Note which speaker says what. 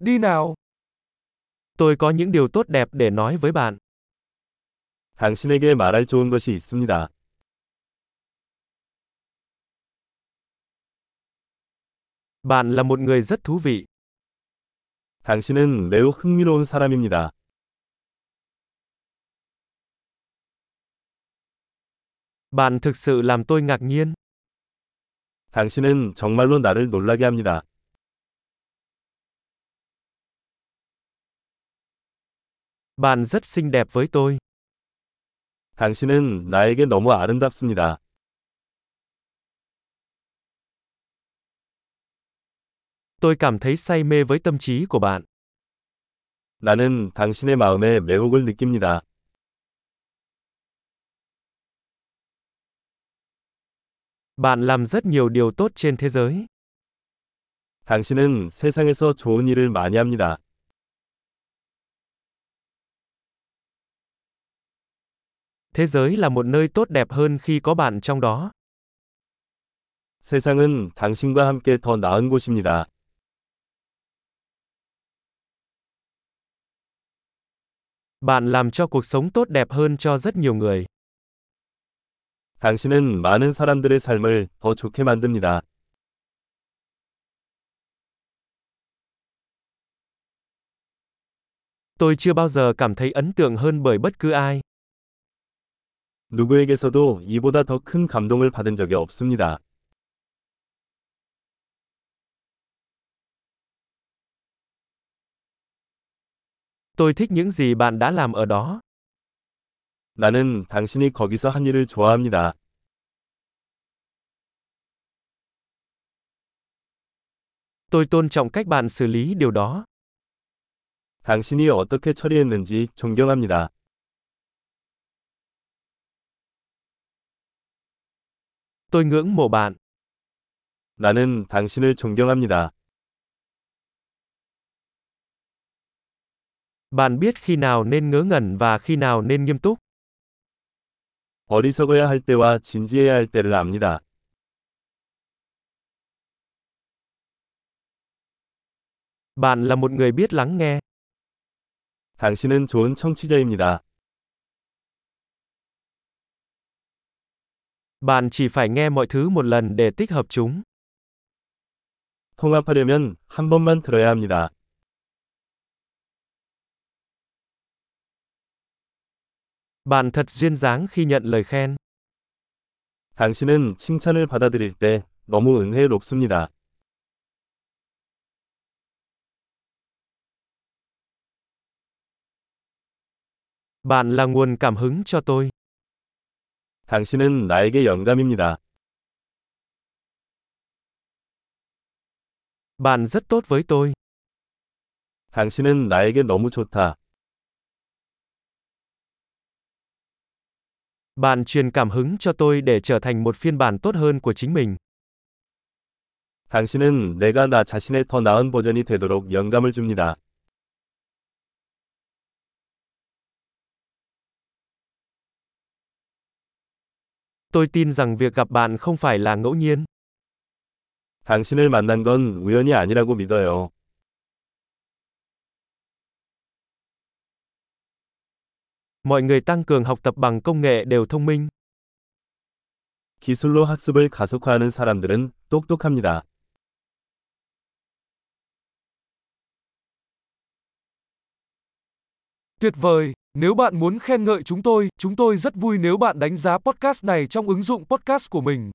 Speaker 1: đi nào. Tôi có những điều tốt đẹp để nói với bạn.
Speaker 2: 당신에게 말할 좋은 것이 있습니다.
Speaker 1: Bạn là một người rất thú vị.
Speaker 2: 당신은 매우 흥미로운 사람입니다.
Speaker 1: Bạn thực sự làm tôi ngạc nhiên.
Speaker 2: 당신은 정말로 나를 놀라게 합니다.
Speaker 1: Bạn rất xinh đẹp với tôi.
Speaker 2: 당신은 나에게 너무 아름답습니다.
Speaker 1: Tôi cảm thấy say mê với tâm trí của bạn.
Speaker 2: 나는 당신의 마음에 매혹을 느낍니다.
Speaker 1: Bạn làm rất nhiều điều tốt trên thế giới.
Speaker 2: 당신은 세상에서 좋은 일을 많이 합니다.
Speaker 1: Thế giới là một nơi tốt đẹp hơn khi có bạn trong đó.
Speaker 2: 세상은 당신과 함께 더 나은 곳입니다.
Speaker 1: Bạn làm cho cuộc sống tốt đẹp hơn cho rất nhiều người.
Speaker 2: 당신은 많은 사람들의 삶을 더 좋게 만듭니다.
Speaker 1: Tôi chưa bao giờ cảm thấy ấn tượng hơn bởi bất cứ ai.
Speaker 2: 누구에게서도 이보다 더 큰 감동을 받은 적이 없습니다.
Speaker 1: Tôi thích những gì bạn đã làm ở đó.
Speaker 2: 나는 당신이 거기서 한 일을 좋아합니다.
Speaker 1: Tôi tôn trọng cách bạn xử lý điều đó.
Speaker 2: 당신이 어떻게 처리했는지 존경합니다.
Speaker 1: Tôi ngưỡng mộ bạn.
Speaker 2: 나는 당신을 존경합니다.
Speaker 1: Bạn biết khi nào nên ngớ ngẩn và khi nào nên nghiêm túc.
Speaker 2: 어리석어야 할 때와 진지해야 할 때를 압니다.
Speaker 1: Bạn là một người biết lắng nghe.
Speaker 2: 당신은 좋은 청취자입니다.
Speaker 1: Bạn chỉ phải nghe mọi thứ một lần để tích hợp chúng.
Speaker 2: 통합하려면 한 번만 들어야 합니다.
Speaker 1: Bạn thật duyên dáng khi nhận lời khen.
Speaker 2: 당신은 칭찬을 받아들일 때 너무 은혜롭습니다.
Speaker 1: Bạn là nguồn cảm hứng cho tôi.
Speaker 2: 당신은 나에게 영감입니다.
Speaker 1: Bạn rất tốt với tôi.
Speaker 2: 당신은 나에게 너무 좋다.
Speaker 1: Bạn truyền cảm hứng cho tôi để trở thành một phiên bản tốt hơn của chính mình.
Speaker 2: 당신은 내가 나 자신의 더 나은 버전이 되도록 영감을 줍니다.
Speaker 1: Tôi tin rằng việc gặp bạn không phải là ngẫu nhiên.
Speaker 2: 당신을 만난 건 우연이 아니라고 믿어요.
Speaker 1: Mọi người tăng cường học tập bằng công nghệ đều thông minh.
Speaker 2: 기술로 학습을 가속화하는 사람들은 똑똑합니다.
Speaker 3: Tuyệt vời! Nếu bạn muốn khen ngợi chúng tôi, chúng tôi rất vui nếu bạn đánh giá podcast này trong ứng dụng podcast của mình.